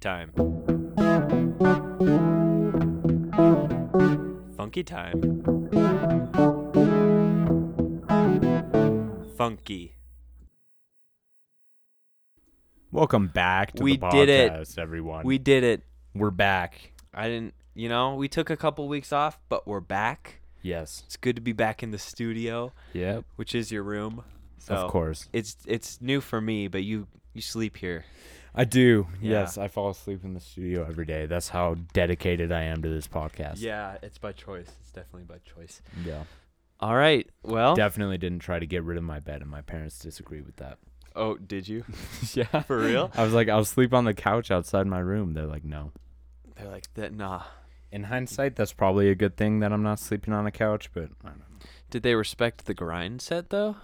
time. Funky time. Funky. Welcome back to We the did it. podcast, everyone. We did it. we're back. I didn't, you know, we took a couple weeks off, but we're back. Yes. It's good to be back in the studio, Yep. which is your room. So Of course. It's it's new for me, but you you sleep here. I do. Yeah. Yes, I fall asleep in the studio every day. That's how dedicated I am to this podcast. Yeah, it's by choice. It's definitely by choice. Yeah. All right. Well, Definitely didn't try to get rid of my bed, and my parents disagree with that. oh, did you? yeah. For real? I was like, I'll sleep on the couch outside my room. They're like, no. They're like that. Nah. In hindsight, that's probably a good thing that I'm not sleeping on a couch, but I don't know. Did they respect the grind set though?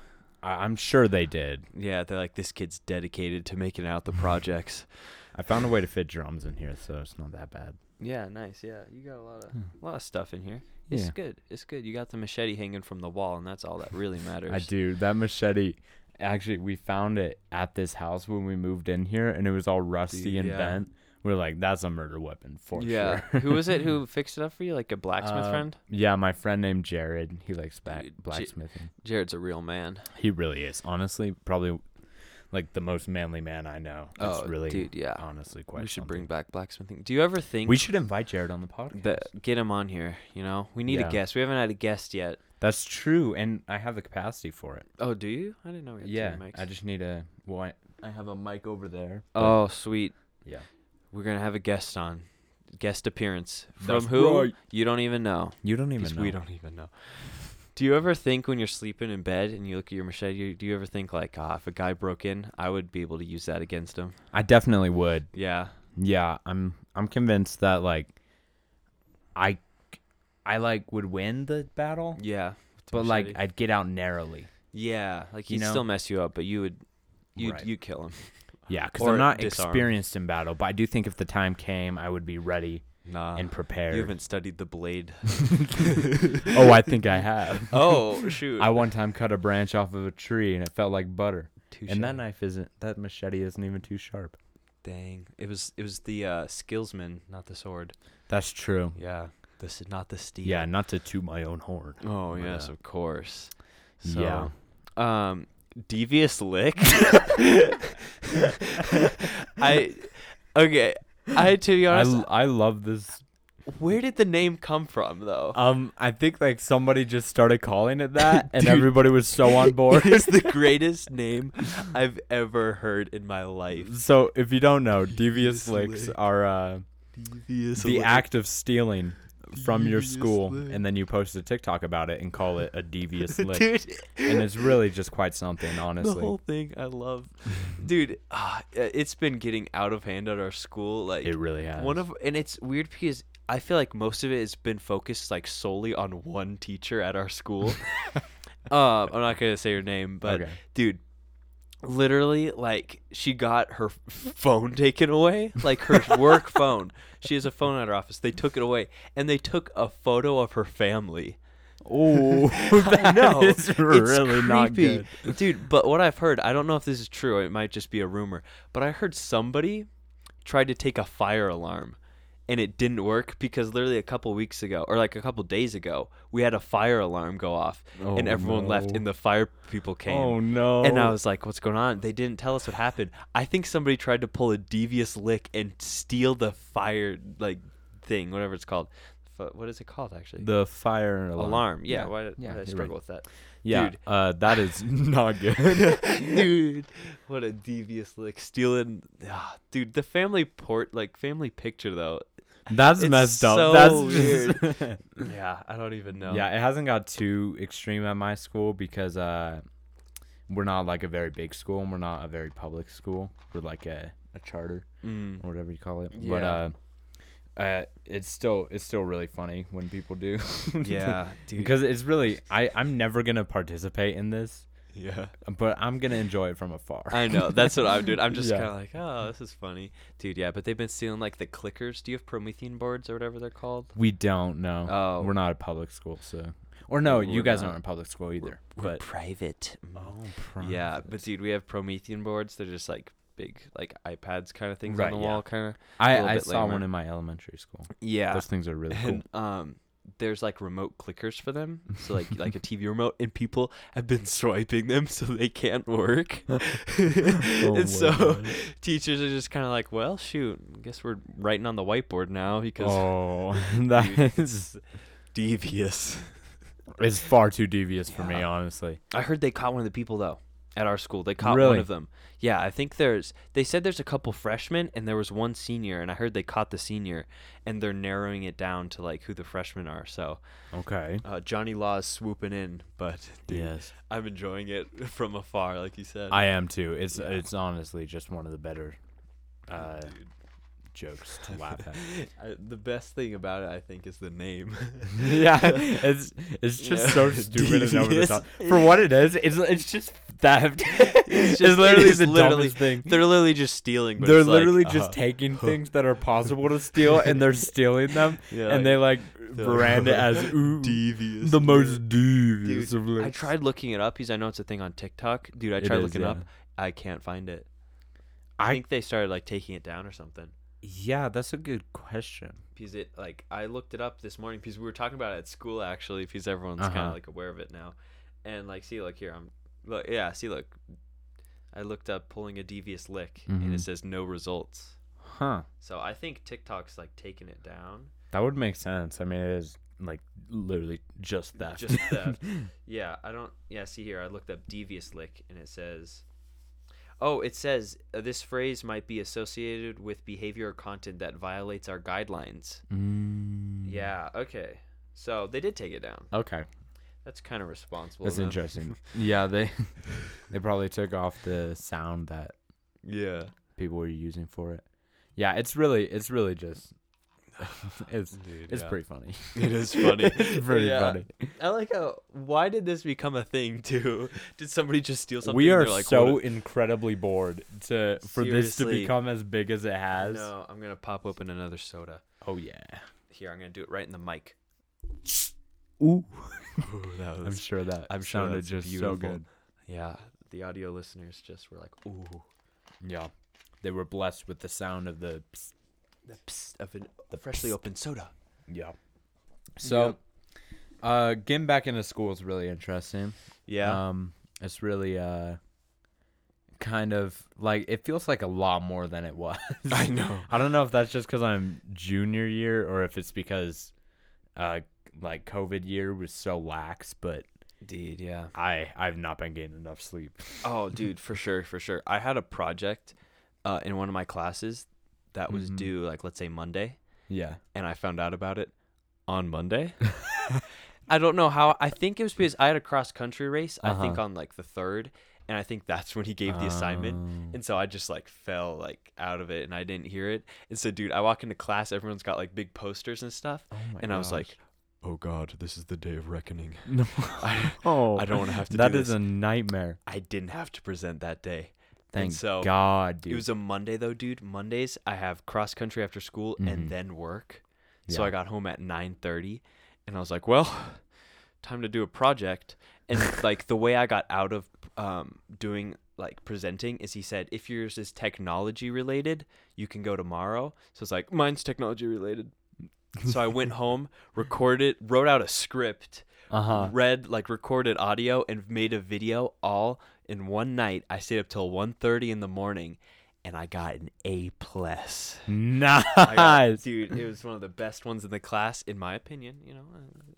I- I'm sure they did. Yeah, they're like this kid's dedicated to making out the projects. I found a way to fit drums in here, so it's not that bad. yeah, nice. Yeah, you got a lot of a lot of stuff in here. It's Hmm. Yeah. good. It's good. You got the machete hanging from the wall, and that's all that really matters. I do. That machete, actually, we found it at this house when we moved in here, and it was all rusty Dude, and yeah. bent. We are like, that's a murder weapon for yeah. sure. who was it who fixed it up for you? Like a blacksmith Uh, friend? Yeah, my friend named Jared. He likes back Dude, Ja- blacksmithing. Jared's a real man. he really is. Honestly, probably like the most manly man I know. It's Oh, really, dude, yeah. honestly, quite. We should something. bring back blacksmithing. Do you ever think We should invite Jared on the podcast. that get him on here? You know, we need a Yeah. guest. We haven't had a guest yet. That's true, and I have the capacity for it. Oh, do you? I didn't know we had Yeah, two mics. I just need a. Well, I, I have a mic over there. but- oh, sweet. yeah. We're gonna have a guest on, guest appearance from That's who right. you don't even know. You don't even Because know. we don't even know. Do you ever think when you're sleeping in bed and you look at your machete, you, do you ever think like, ah, if a guy broke in, I would be able to use that against him? I definitely would. Yeah. Yeah, I'm I'm convinced that like I I like would win the battle, Yeah. with the but like machete. I'd get out narrowly. yeah, like he'd you know? still mess you up, but you would, you Right. would you kill him. Yeah, cuz Or I'm not disarm. experienced in battle, but I do think if the time came, I would be ready Nah. and You prepared. haven't studied the blade. oh, I think I have. oh shoot. I one time cut a branch off of a tree and it felt like butter. And that knife isn't that machete isn't even too sharp. Dang. It was it was the uh, skillsman, not the sword. That's true. Yeah. This is not the steel. Yeah, not to toot my own horn. Oh But, yes, uh, of course. So, yeah. Um, devious lick. I okay. I to be I, honest, l- I love this where did the name come from though? Um, I think like somebody just started calling it that, and Dude. everybody was so on board. it is the greatest name I've ever heard in my life. so if you don't know, devious Devious licks lick. are uh, Devious the act of stealing from your Devious school, lick. and then you post a TikTok about it and call it a devious lick, dude. and it's really just quite something, The honestly. whole thing I love, dude. ah, Uh, it's been getting out of hand at our school. Like it really has. One of and it's weird because I feel like most of it has been focused like solely on one teacher at our school. um, I'm not gonna say her name, but Okay. dude, literally like she got her f- phone taken away, like her work phone. She has a phone at her office. They took it away and they took a photo of her family. oh, that no, is really not creepy. good. dude. But what I've heard, I don't know if this is true. It might just be a rumor. But I heard somebody tried to take a fire alarm, and it didn't work because literally a couple weeks ago, or like a couple days ago, we had a fire alarm go off, and Oh, everyone left, no. and the fire people came. Oh no! And I was like, "What's going on?" They didn't tell us what happened. I think somebody tried to pull a devious lick and steal the fire like thing, whatever it's called. F- What is it called actually? the fire alarm. alarm. Yeah, why, did- yeah, why did you're I right. struggle with that? Yeah, Dude. uh, that is not good. dude, what a devious lick stealing. ah, dude, the family port like family picture though. That's It's messed up. so That's just, Yeah, I don't even know. Yeah, it hasn't got too extreme at my school because uh, we're not like a very big school and we're not a very public school. We're like a, a charter Mm. or whatever you call it. But Yeah. uh, uh, it's still it's still really funny when people do. Yeah, dude. because it's really I I'm never gonna participate in this, yeah. but I'm gonna enjoy it from afar. I know. That's what I'm doing. I'm just Yeah. kind of like, oh, this is funny, dude. Yeah, but they've been stealing like the clickers. Do you have Promethean boards or whatever they're called? we don't know. Oh. we're not a public school, so or no, you We're guys not. Oh, aren't a public school either. private. but Yeah, but dude, we have Promethean boards. They're just like big like iPads kind of things Right, on the yeah. wall kind of. I, little I bit saw lamer. one in my elementary school. Yeah. Those things are really cool. and um there's like remote clickers for them so like like a tv remote and people have been swiping them so they can't work my and so Oh God. teachers are just kind of like well shoot I guess we're writing on the whiteboard now because Oh, that is devious it's far too devious for me, Yeah. honestly. i heard they caught one of the people though at our school they caught one Really? of them yeah i think there's they said there's a couple freshmen and there was one senior and i heard they caught the senior and they're narrowing it down to like who the freshmen are so Okay. uh, johnny law is swooping in but dude, Yes, I'm enjoying it from afar, like you said. I am too. It's it's honestly just one of the better uh, Dude. jokes to laugh at. I- the best thing about it, I think, is the name. yeah, it's it's just Yeah. so stupid and over the Devious. top. For what it is, it's it's just theft. It's, just- literally it is the literally- dumbest thing. They're literally just stealing. But They're it's like, literally uh, just taking things that are possible to steal, and they're stealing them, Yeah, and they like they're brand it as ooh, devious. the dude." most devious Dude, of I looks. tried looking it up because I know it's a thing on TikTok, dude. I It tried is, looking it up. yeah. I can't find it. I, I- think they started like taking it down or something. Yeah, that's a good question. Because it like I looked it up this morning because we were talking about it at school actually. Because everyone's kind Uh-huh. of like aware of it now, and like see look here I'm look yeah see look, I looked up pulling a devious lick and it Mhm. says no results. Huh. So I think TikTok's like taking it down. That would make sense. I mean, it is like literally just theft. Just theft. yeah, I don't. Yeah, see here I looked up devious lick and it says. Oh, it says uh, this phrase might be associated with behavior or content that violates our guidelines. Mm. Yeah, okay. So they did take it down. Okay. That's kind of responsible. That's of them. interesting. yeah, they they probably took off the sound that Yeah. people were using for it. Yeah, it's really it's really just it's Dude, it's yeah. pretty funny. It is funny. it's pretty Yeah. funny. I like how. Why did this become a thing too? Did somebody just steal something? we and are they're like, so "What incredibly bored to for this to Seriously. become as big as it a-" has. No, I'm gonna pop open another soda. Oh yeah. Here, I'm gonna do it right in the mic. Ooh. that I'm sure that I'm sure sounded that's just beautiful. so good. yeah, the audio listeners just were like, ooh, Yeah. They were blessed with the sound of the psst. the psst of an freshly opened soda. Yeah. So uh getting back into school is really interesting. Yeah. Um, it's really uh, kind of like it feels like a lot more than it was. I know. I don't know if that's just because I'm junior year or if it's because, uh, like COVID year was so lax. But Indeed. Yeah. I I've not been getting enough sleep. Oh, dude, for sure, for sure. I had a project uh, in one of my classes that was Mhm. due, like, let's say Monday, Yeah. and I found out about it on Monday. I don't know how. I think it was because I had a cross country race. I think Uh-huh. on like the third, and I think that's when he gave the assignment. Um, And so I just like fell like out of it, and I didn't hear it. And so, dude, I walk into class. Everyone's got like big posters and stuff, oh my and I was gosh. like, "Oh God, this is the day of reckoning." no, I, oh, I don't want to have to. That do is this. a nightmare. I didn't have to present that day. Thank so, God, dude. It was a Monday though, dude. Mondays I have cross country after school Mhm. and then work. So Yeah. I got home at 9:30 and I was like, "Well, time to do a project." And like the way I got out of um, doing like presenting is he said, "If yours is technology related, you can go tomorrow." So it's like, "Mine's technology related." So I went home, recorded, wrote out a script, uh huh. read like recorded audio and made a video all in one night. I stayed up till 1.30 in the morning and I got an A plus. I got- Nice. Dude, it was one of the best ones in the class, in my opinion. You know,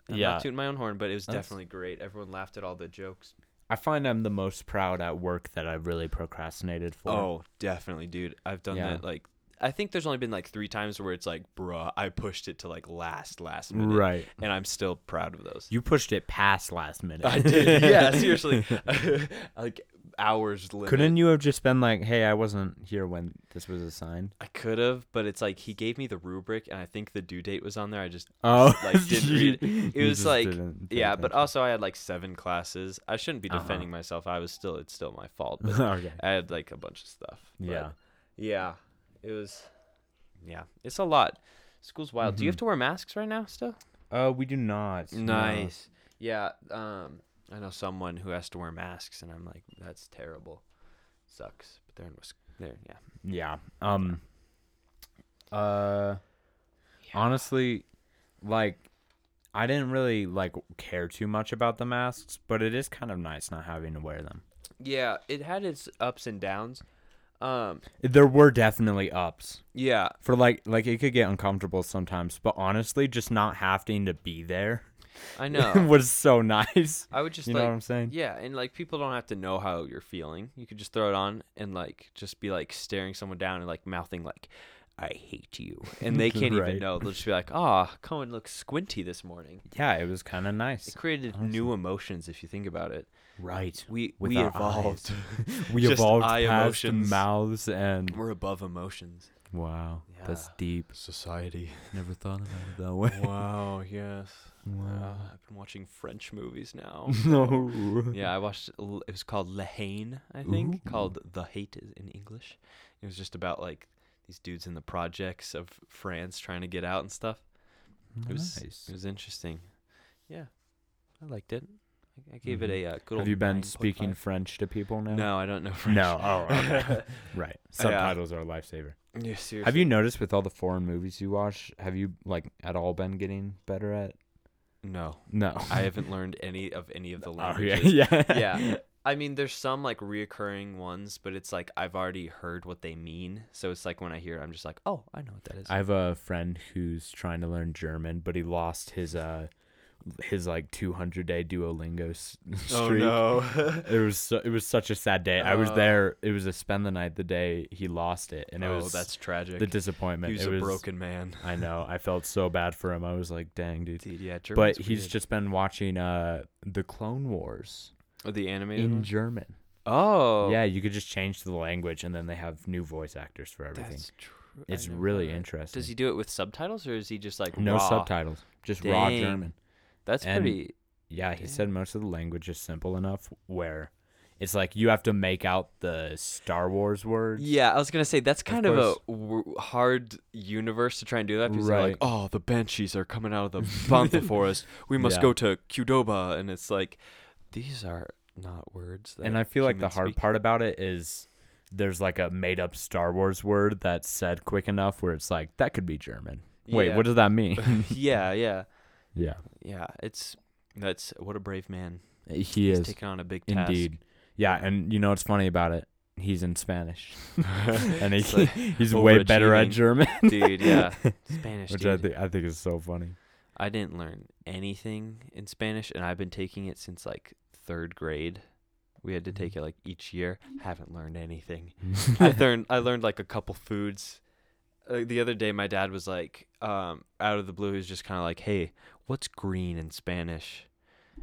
I'm Yeah. not tooting my own horn, but it was That's- definitely great. Everyone laughed at all the jokes. I find I'm the most proud at work that I really procrastinated for. Oh, definitely, dude. I've done Yeah. that like. I think there's only been like three times where it's like, bruh, I pushed it to like last, last minute. right. And I'm still proud of those. You pushed it past last minute. I did. Yeah, seriously. like hours limit. Couldn't you have just been like, "Hey, I wasn't here when this was assigned"? I could have, but it's like he gave me the rubric, and I think the due date was on there. I just Oh, like didn't read. It, It was like yeah, but also also I had like seven classes. I shouldn't be Uh-huh. defending myself. I was still it's still my fault. But okay. I had like a bunch of stuff. but Yeah. yeah, it was yeah, it's a lot. School's wild. Do you have to wear masks right now still? Uh, we do not. Mm-hmm. no. Nice. Yeah. Um, I know someone who has to wear masks, and I'm like, that's terrible. Sucks. But they're in Wis- There, yeah. Yeah. Um uh honestly like I didn't really like care too much about the masks, but it is kind of nice not having to wear them. Yeah, it had its ups and downs. Um, There were definitely ups. yeah, For like like it could get uncomfortable sometimes, but honestly just not having to be there I know. was so nice. I would just You know like what I'm saying? yeah, and like people don't have to know how you're feeling. You could just throw it on and like just be like staring someone down and like mouthing like I hate you. And they can't Right. even know. They'll just be like, "Ah, Cohen looks squinty this morning." Yeah, it was kind of nice. It created new emotions if you think about it. Right. We With we our evolved. We Just evolved eye past emotions. mouths and We're above emotions. wow, that's Yeah. deep. Society. Never thought about it that way. Wow, yes. Uh, Wow. I've been watching French movies now. no. Yeah, I watched. l- It was called La Haine, I think, called The Hate is- in English. It was just about like these dudes in the projects of France trying to get out and stuff. It was Oh, Nice. it was interesting. Yeah, I liked it. I, I gave it a uh, good. Mm-hmm. old Have you been 9.5. speaking French to people now? No, I don't know French. No. Oh, okay. right. Subtitles are a lifesaver. Yeah, seriously. Have you noticed with all the foreign movies you watch, have you like at all been getting better at? No, No. I haven't learned any of any of the Oh, languages. yeah. Yeah. yeah. I mean, there's some like reoccurring ones, but it's like I've already heard what they mean. So it's like when I hear it, I'm just like, oh, I know what that is. I have a friend who's trying to learn German, but he lost his uh his like 200 day Duolingo s- streak. Oh, no. It was so, it was such a sad day. I was Uh. there. It was a spend the night the day he lost it, and it oh, was that's tragic. the disappointment. he was it a was broken man. I know. I felt so bad for him. I was like, dang, dude. Dude, yeah, But German's he's weird. just been watching uh the Clone Wars Oh, the animated in one? German. Oh, Yeah, you could just change the language, and then they have new voice actors for everything. that's true. I it's never really heard. interesting. Does he do it with subtitles or is he just like no raw? subtitles, just raw Dang. German. That's and- pretty. Yeah, he Dang. said most of the language is simple enough where it's like you have to make out the Star Wars words. Yeah, I was gonna say that's kind of, course. a w- hard universe to try and do that because they're Right. like, oh, the banshees are coming out of the Bantha forest. We must Yeah. go to Qdoba, and it's like, these are not words. That and I feel like the humans hard speak. part about it is there's like a made up Star Wars word that's said quick enough where it's like that could be German. Wait, Yeah. what does that mean? yeah, yeah, yeah, yeah. It's that's what a brave man. he He's is taking on a big task. indeed. Yeah, and you know what's funny about it? He's in Spanish, and It's he, like, he's way better at overachieving. German, dude. Yeah, Spanish. which dude. I think I think is so funny. I didn't learn anything in Spanish, and I've been taking it since like third grade. We had to take Mm-hmm. it like each year. Haven't learned anything. I learned I learned like a couple foods. Uh, the other day, my dad was like, um, out of the blue, he was just kind of like, "Hey, what's green in Spanish?"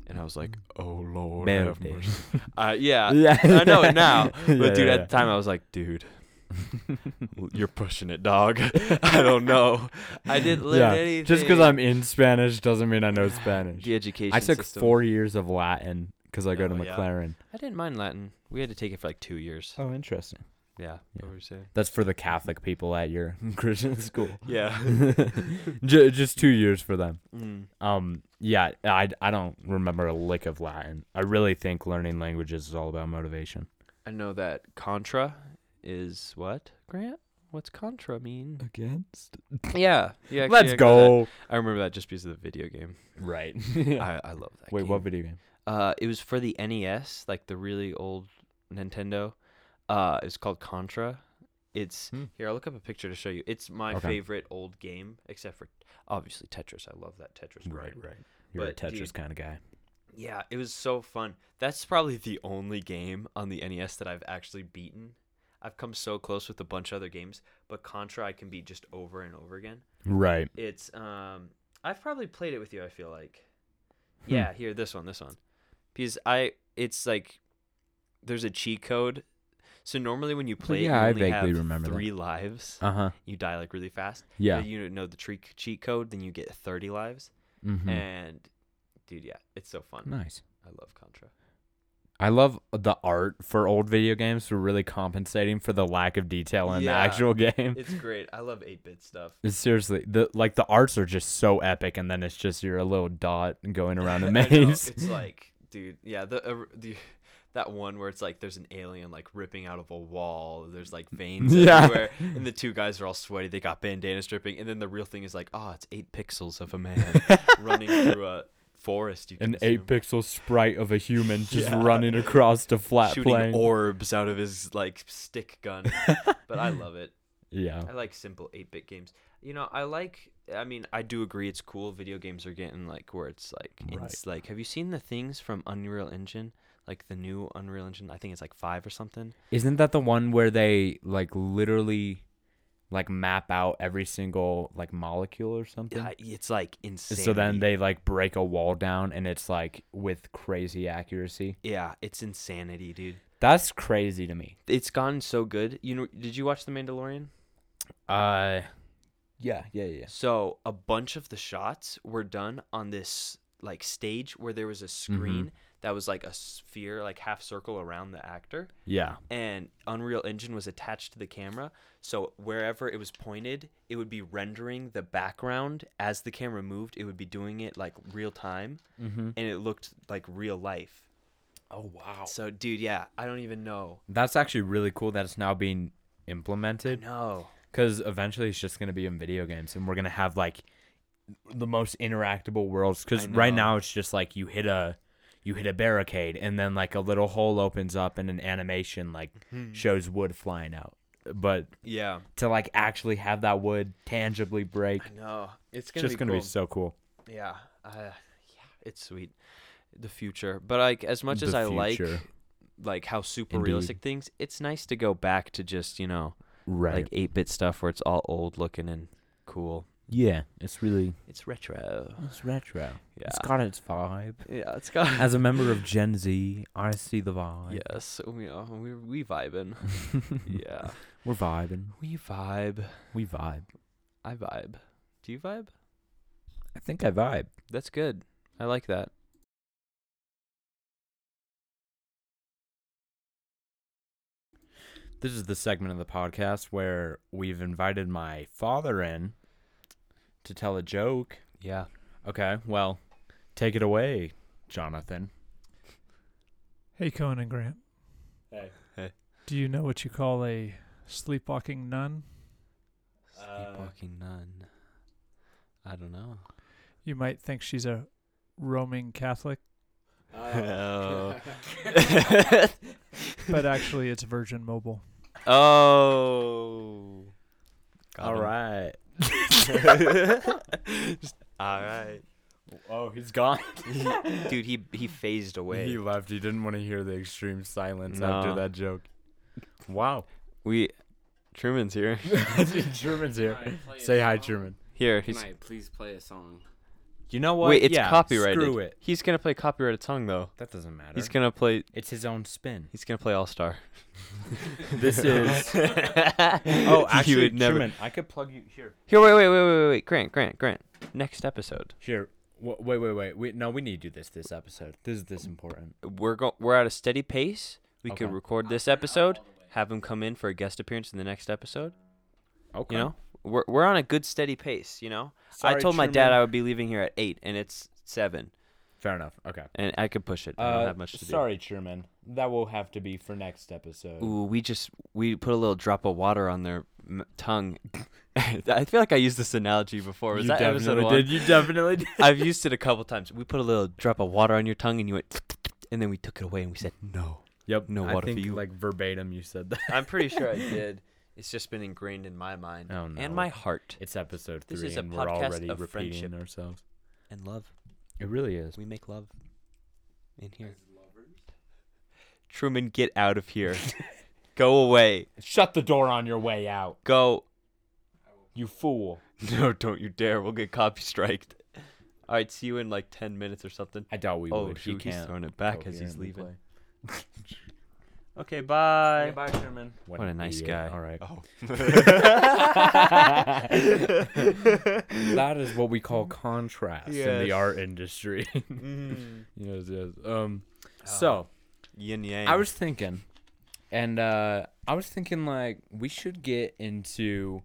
And I was like, "Oh Lord, have Mm. Verde. mercy." Uh, yeah, yeah, I know it now. Yeah, But dude, yeah, at the time, I was like, "Dude, you're pushing it, dog. I don't know. I didn't learn yeah. anything. Just because I'm in Spanish doesn't mean I know Spanish. the education. I took system. four years of Latin because I go to Oh, yeah. McLaren. I didn't mind Latin. We had to take it for like two years. Oh, interesting. Yeah. Yeah. What were you saying? That's for the Catholic people at your Christian school. Yeah. J- just two years for them. Mm. Um, yeah, I, I don't remember a lick of Latin. I really think learning languages is all about motivation. I know that Contra is what? Grant? What's Contra mean? Against? yeah. Yeah. Let's yeah, go. I remember that just because of the video game. Right. I, I love that. Wait, game. what video game? Uh, it was for the NES, like the really old Nintendo. Uh, it's called Contra. It's Hmm. here. I'll look up a picture to show you. It's my Okay. favorite old game, except for obviously Tetris. I love that Tetris. grind. right. You're But, a Tetris dude, kind of guy. Yeah, it was so fun. That's probably the only game on the NES that I've actually beaten. I've come so close with a bunch of other games, but Contra I can beat just over and over again. Right. It's um I've probably played it with you, I feel like. Hmm. Yeah, here, this one, this one. Because I it's like there's a cheat code. So normally when you play yeah, I it, you only vaguely have remember that. three lives. Uh huh. You die like really fast. Yeah. If you know the tre- cheat code, then you get 30 lives. hmm And dude, yeah, it's so fun. Nice. I love Contra. I love the art for old video games for really compensating for the lack of detail in Yeah. the actual game. It's great. I love 8 bit stuff. Seriously, the like the arts are just so epic, and then it's just you're a little dot going around a I know, maze. It's like, dude, yeah, the, uh, the that one where it's like there's an alien like ripping out of a wall. There's like veins Yeah. everywhere, and the two guys are all sweaty. They got bandanas dripping, and then the real thing is like, oh, it's eight pixels of a man running through a forest. You An can eight zoom. pixel sprite of a human just running across the flat shooting plane. orbs out of his like stick gun. but I love it. yeah. I like simple 8-bit games. You know, I like I mean, I do agree it's cool video games are getting like where it's like Right. it's like have you seen the things from Unreal Engine? Like the new Unreal Engine, I think it's like 5 or something. Isn't that the one where they like literally like map out every single like molecule or something? Yeah, it's like insane. so then they like break a wall down and it's like with crazy accuracy. Yeah, it's insanity, dude. That's crazy to me. It's gotten so good. You know, did you watch The Mandalorian? Uh yeah, yeah, yeah. So a bunch of the shots were done on this like stage where there was a screen Mm-hmm. that was like a sphere, like half circle around the actor, Yeah. and Unreal Engine was attached to the camera. So wherever it was pointed, it would be rendering the background as the camera moved. It would be doing it like real time, Mhm. and it looked like real life. Oh wow. So dude, yeah, I don't even know. That's actually really cool that it's now being implemented No, cuz eventually it's just going to be in video games and we're going to have like the most interactable worlds cuz I right know. now it's just like you hit a you hit a barricade and then like a little hole opens up and an animation like Hmm. shows wood flying out. But yeah, to like actually have that wood tangibly break. I know. It's It's gonna just be gonna cool. be so cool. Yeah, uh, yeah, it's sweet. The future, but like as much as The I like future. like how super Indeed. realistic things, it's nice to go back to just you know Right. like eight bit stuff where it's all old looking and cool. yeah. It's really It's retro. it's retro. Yeah, It's got its vibe. yeah, it's got. As a member of Gen Z, I see the vibe. yes, we are. We we vibing. yeah, We're vibing. we vibe. We vibe. I vibe. Do you vibe? I think I vibe. That's good. I like that. This is the segment of the podcast where we've invited my father in to tell a joke. Yeah. Okay, well, take it away, Jonathan. Hey, Cohen and Grant. Hey. Hey. Do you know what you call a sleepwalking nun? Uh, Sleepwalking nun. I don't know. You might think she's a roaming Catholic, Uh, Oh. but actually, it's Virgin Mobile. Oh. All right. All right. Oh, he's gone. Dude, he he phased away. He left. He didn't want to hear the extreme silence No. after that joke. Wow. we Truman's here. Truman's here. Can I play Say a hi, song? Truman. Here, Can he's I please play a song? You know what? Wait, it's yeah, copyrighted. Screw it. He's going to play copyrighted song though. That doesn't matter. He's going to play it's his own spin. he's going to play All-Star. This is. oh, Oh, actually, would never. Truman, I could plug you here. Here, wait, wait, wait, wait, wait, wait. Grant, Grant, Grant. Next episode. Here. Wha- Wait, wait, wait. We, no, we need to do this this episode. This is this important. We're go- we're at a steady pace. We could Okay. record this episode, have him come in for a guest appearance in the next episode. Okay. You know, we're we're on a good steady pace. You know, I Sorry, told my dad Truman. I would be leaving here at eight, and it's seven, Fair enough. Okay. and I could push it. I Uh, don't have much to sorry, Truman. That will have to be for next episode. do. Ooh, we just we put a little drop of water on their m- tongue. I feel like I used this analogy before. Was you that episode definitely one? did. You definitely did. I've used it a couple times. We put a little drop of water on your tongue, and you went, and then we took it away, and we said no. Yep. No I water for think, you. Like verbatim, you said that. I'm pretty sure I did. It's just been ingrained in my mind Oh, no. and my heart It's episode three, This is a and we're podcast already of repeating friendship. ourselves. and love. It really is. We make love in here. Truman, get out of here. Go away. Shut the door on your way out, Go. you fool! No, don't you dare. We'll get copy striked. All right, see you in like 10 minutes or something. I doubt we oh, would. shoot, he he's can't. throwing it back as he's coherently leaving. play. Okay, bye. Bye, Sherman. What a nice guy. All right. Oh. That is what we call contrast in Yes. the art industry. yes, yes. Oh, Um, so Yin yang. I was thinking, and uh, I was thinking like we should get into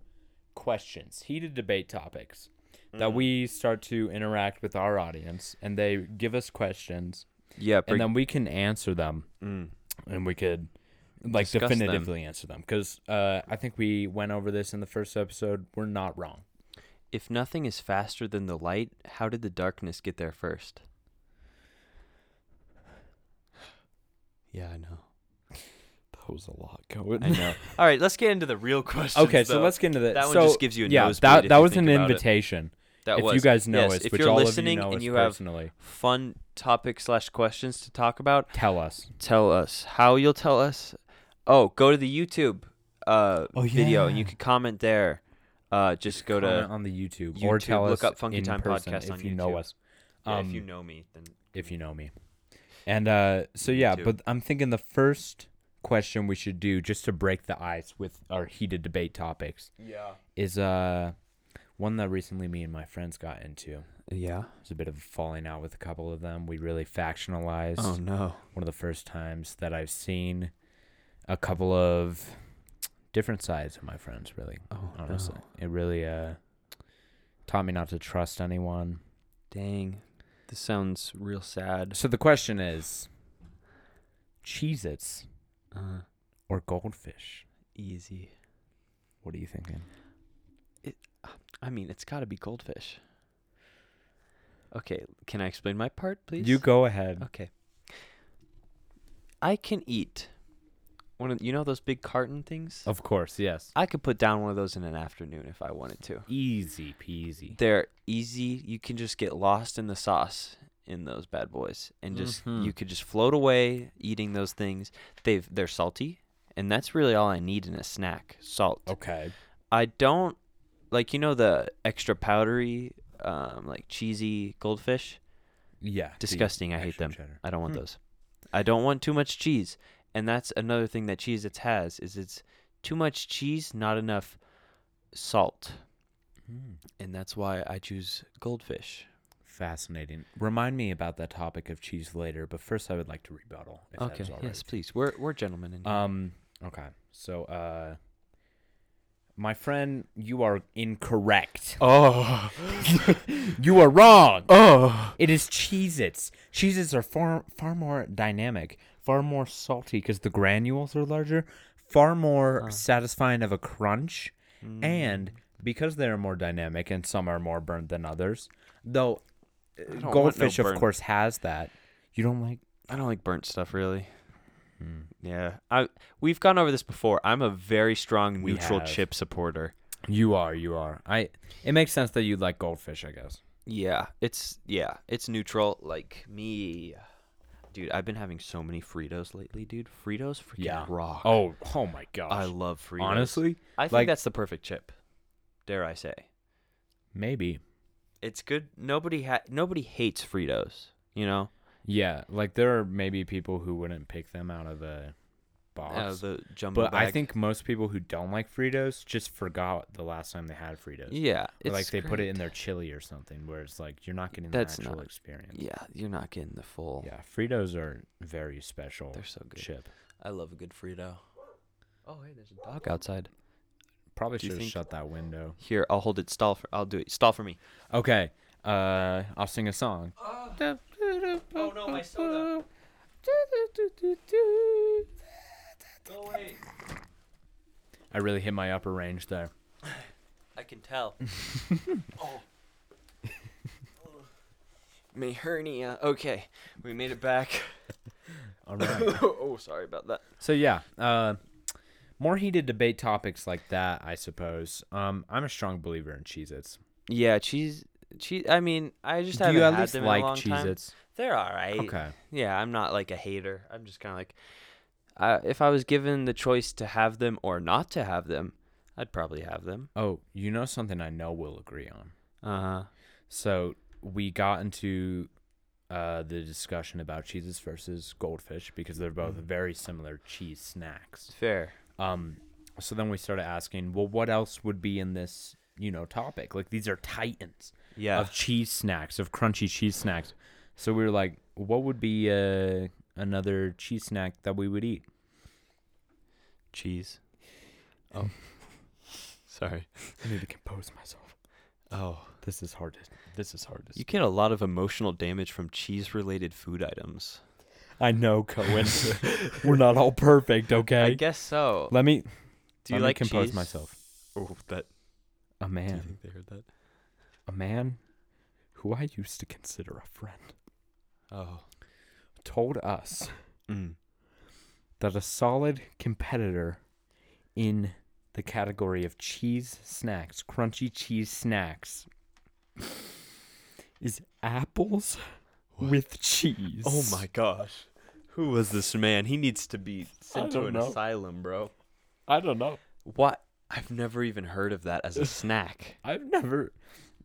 questions, heated debate topics Mm. that we start to interact with our audience, and they give us questions, yeah, and bring- then we can answer them mm. and we could like Discuss them. definitively answer them because uh, I think we went over this in the first episode. We're not wrong. If nothing is faster than the light, how did the darkness get there first? Yeah, I know. That was a lot going. I know. All right, let's get into the real questions. okay, so though. let's get into the, That one so, just gives you a yeah. nosebleed that if that you was think an about it. invitation. That if was. you guys know yes, us, if which you're all listening of you know and us you have personally, fun topics slash questions to talk about, tell us. tell us how you'll tell us oh go to the youtube uh Oh, video and yeah. you can comment there uh just go Comment to on the YouTube, or YouTube, tell look us up Funky in Time person Podcast if on you know YouTube. us. Yeah, um, if you know me then if you know me. And uh, so yeah, too. but I'm thinking the first question we should do just to break the ice with our heated debate topics yeah is uh one that recently me and my friends got into. yeah It's a bit of a falling out with a couple of them. We really factionalized. oh no One of the first times that I've seen a couple of different sides of my friends. Really, oh honestly, it really uh taught me not to trust anyone. dang this sounds real sad So the question is Cheez Its uh, or goldfish? easy What are you thinking? i mean it's got to be goldfish okay can i explain my part please You go ahead. Okay. I can eat one of you know those big carton things? Of course, yes. I could put down one of those in an afternoon if I wanted to. Easy peasy. They're easy. You can just get lost in the sauce in those bad boys and just Mhm. you could just float away eating those things. They've they're salty and that's really all I need in a snack, salt. Okay. I don't like you know the extra powdery um like cheesy goldfish? Yeah. the Disgusting. I hate extra them. cheddar. I don't want Hmm. those. I don't want too much cheese. And that's another thing that Cheez Its has is it's too much cheese, not enough salt. Hmm. And that's why I choose goldfish. Fascinating. Remind me about that topic of cheese later, but first I would like to rebuttal. If That okay. is all right Yes, please. We're we're gentlemen in here. Um. Okay. So, uh, my friend, you are incorrect. oh. You are wrong. Oh. It is Cheez Its. Cheez Its are far, far more dynamic, far more salty because the granules are larger, far more satisfying of a crunch, Mm. and because they are more dynamic and some are more burnt than others, though uh, don't want Goldfish, no of burnt. course, has that. You don't like. I don't like burnt stuff really. Hmm. Yeah. I we've gone over this before. I'm a very strong We neutral have. chip supporter. You are, you are. I. It makes sense that you like Goldfish, I guess. Yeah, it's yeah, it's neutral. Like me, dude. I've been having so many Fritos lately, dude. Fritos freaking Yeah. rock. Oh, oh my gosh. I love Fritos. Honestly, I think like- that's the perfect chip. Dare I say, maybe. it's good. Nobody ha- nobody hates Fritos. You know, Yeah, like there are maybe people who wouldn't pick them out of a box. uh, the jumbo. But I bag. think most people who don't like Fritos just forgot the last time they had Fritos. yeah, Or, it's like they put it in great. their chili or something, where it's like you're not getting That's the actual not- experience. Yeah, you're not getting the full. Yeah, Fritos are very special They're so good. chip. I love a good Frito. Oh hey, there's a dog outside. Probably Do you should have think- shut that window. Here, I'll hold it. Stall for. I'll do it. Stall for me. Okay, uh, I'll sing a song. Oh no, my soda. Go away. I really hit my upper range there. I can tell. oh. My hernia. Okay, we made it back. All right. oh, sorry about that. So yeah, uh, more heated debate topics like that, I suppose. Um, I'm a strong believer in Cheez-Its. Yeah, cheese. Cheese. I mean, I just Do haven't you at had least them like in a long time. Cheez-Its? They're all right. Okay. Yeah, I'm not like a hater. I'm just kind of like, uh, if I was given the choice to have them or not to have them, I'd probably have them. Oh, you know something I know we'll agree on. Uh Uh-huh. huh. So we got into uh, the discussion about cheeses versus goldfish because they're both Mm-hmm. very similar cheese snacks. Fair. Um, so then we started asking, well, what else would be in this, you know, topic? Like these are titans Yeah. of cheese snacks, of crunchy cheese snacks. So we were like, what would be uh, another cheese snack that we would eat? cheese. Oh. sorry. I need to compose myself. Oh. This is hard. To, this is hard. To You get a lot of emotional damage from cheese related food items. I know, Cohen. We're not all perfect, okay? I guess so. Let me Do let you me like compose cheese? myself. Oh, that. A Do you man, think they heard that? a man who I used to consider a friend Oh. told us Mm. that a solid competitor in the category of cheese snacks, crunchy cheese snacks, is apples What? with cheese. Oh my gosh. Who was this man? He needs to be sent to don't an know. asylum, bro. I don't know. What? I've never even heard of that as a snack. I've never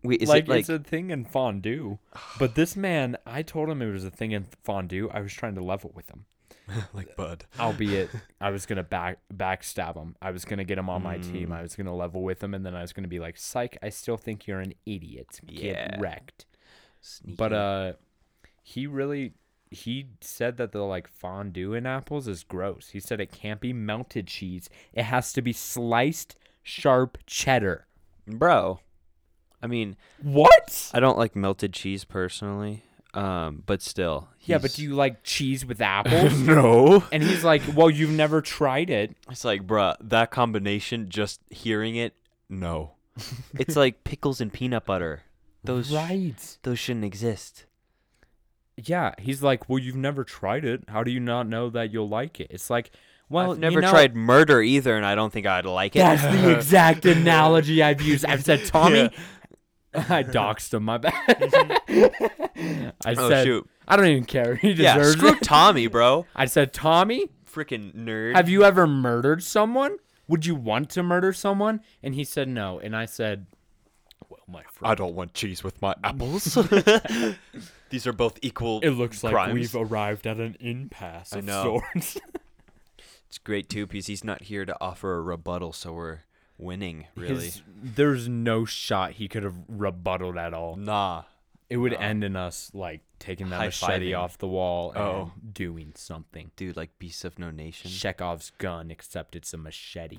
Wait, is like, it like it's a thing in fondue. But this man, I told him it was a thing in fondue. I was trying to level with him. like bud? Albeit I was gonna back backstab him. I was gonna get him on my team. Mm. I was gonna level with him and then I was gonna be like, Psych, I still think you're an idiot. Get Yeah. wrecked. Sneaky. But uh he really he said that the like fondue in apples is gross. He said it can't be melted cheese. It has to be sliced sharp cheddar. bro. I mean, What? I don't like melted cheese personally. Um, but still. Yeah, but he's- do you like cheese with apples? No. And he's like, "Well, you've never tried it." It's like, bruh, that combination, just hearing it, no. it's like pickles and peanut butter. Those right? those shouldn't exist. Yeah, he's like, "Well, you've never tried it. How do you not know that you'll like it?" It's like, "Well, Well, I've you never know- tried murder either, and I don't think I'd like it. That's the exact analogy I've used. I've said, "Tommy, I doxed him. My bad." I Oh, said, shoot. "I don't even care. He yeah, deserves screw it." Tommy, bro. I said, "Tommy, Freaking nerd. have you ever murdered someone? Would you want to murder someone?" And he said, "No." And I said, "Well, my friend." I don't want cheese with my apples. These are both equal. It looks like crimes. we've arrived at an impasse I of know. sorts. It's great too because he's not here to offer a rebuttal, so we're winning. Really, His- there's no shot he could have rebutted at all. nah. It would end in us like taking that machete High-fiving. off the wall and Oh. doing something. Dude, like beasts of no nation. Chekhov's gun, except it's a machete,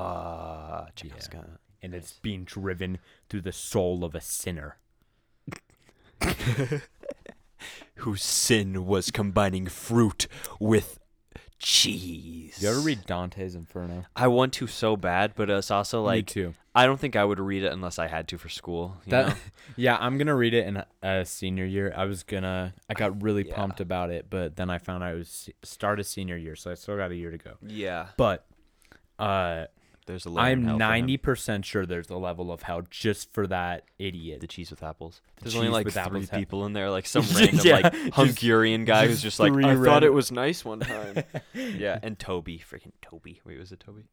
Ah, check out Yeah. Scott. and it's being driven through the soul of a sinner. Whose sin was combining fruit with cheese. You ever read Dante's Inferno? I want to so bad, but it's also like too. I don't think I would read it unless I had to for school. You know? That, yeah, I'm gonna read it in uh, senior year. I was gonna, I got really pumped about it, but then I found out it was se- start of senior year, so I still got a year to go. Yeah, But uh, there's a. level in hell I'm for him. ninety percent sure there's a level of hell just for that the idiot. cheese with apples. There's only cheese like with three apples ha- people in there, like some Yeah, random like just- Hungarian guy who's just just like, three I thought it random- was nice one time. yeah, and Toby, freaking Toby. Wait, was it Toby?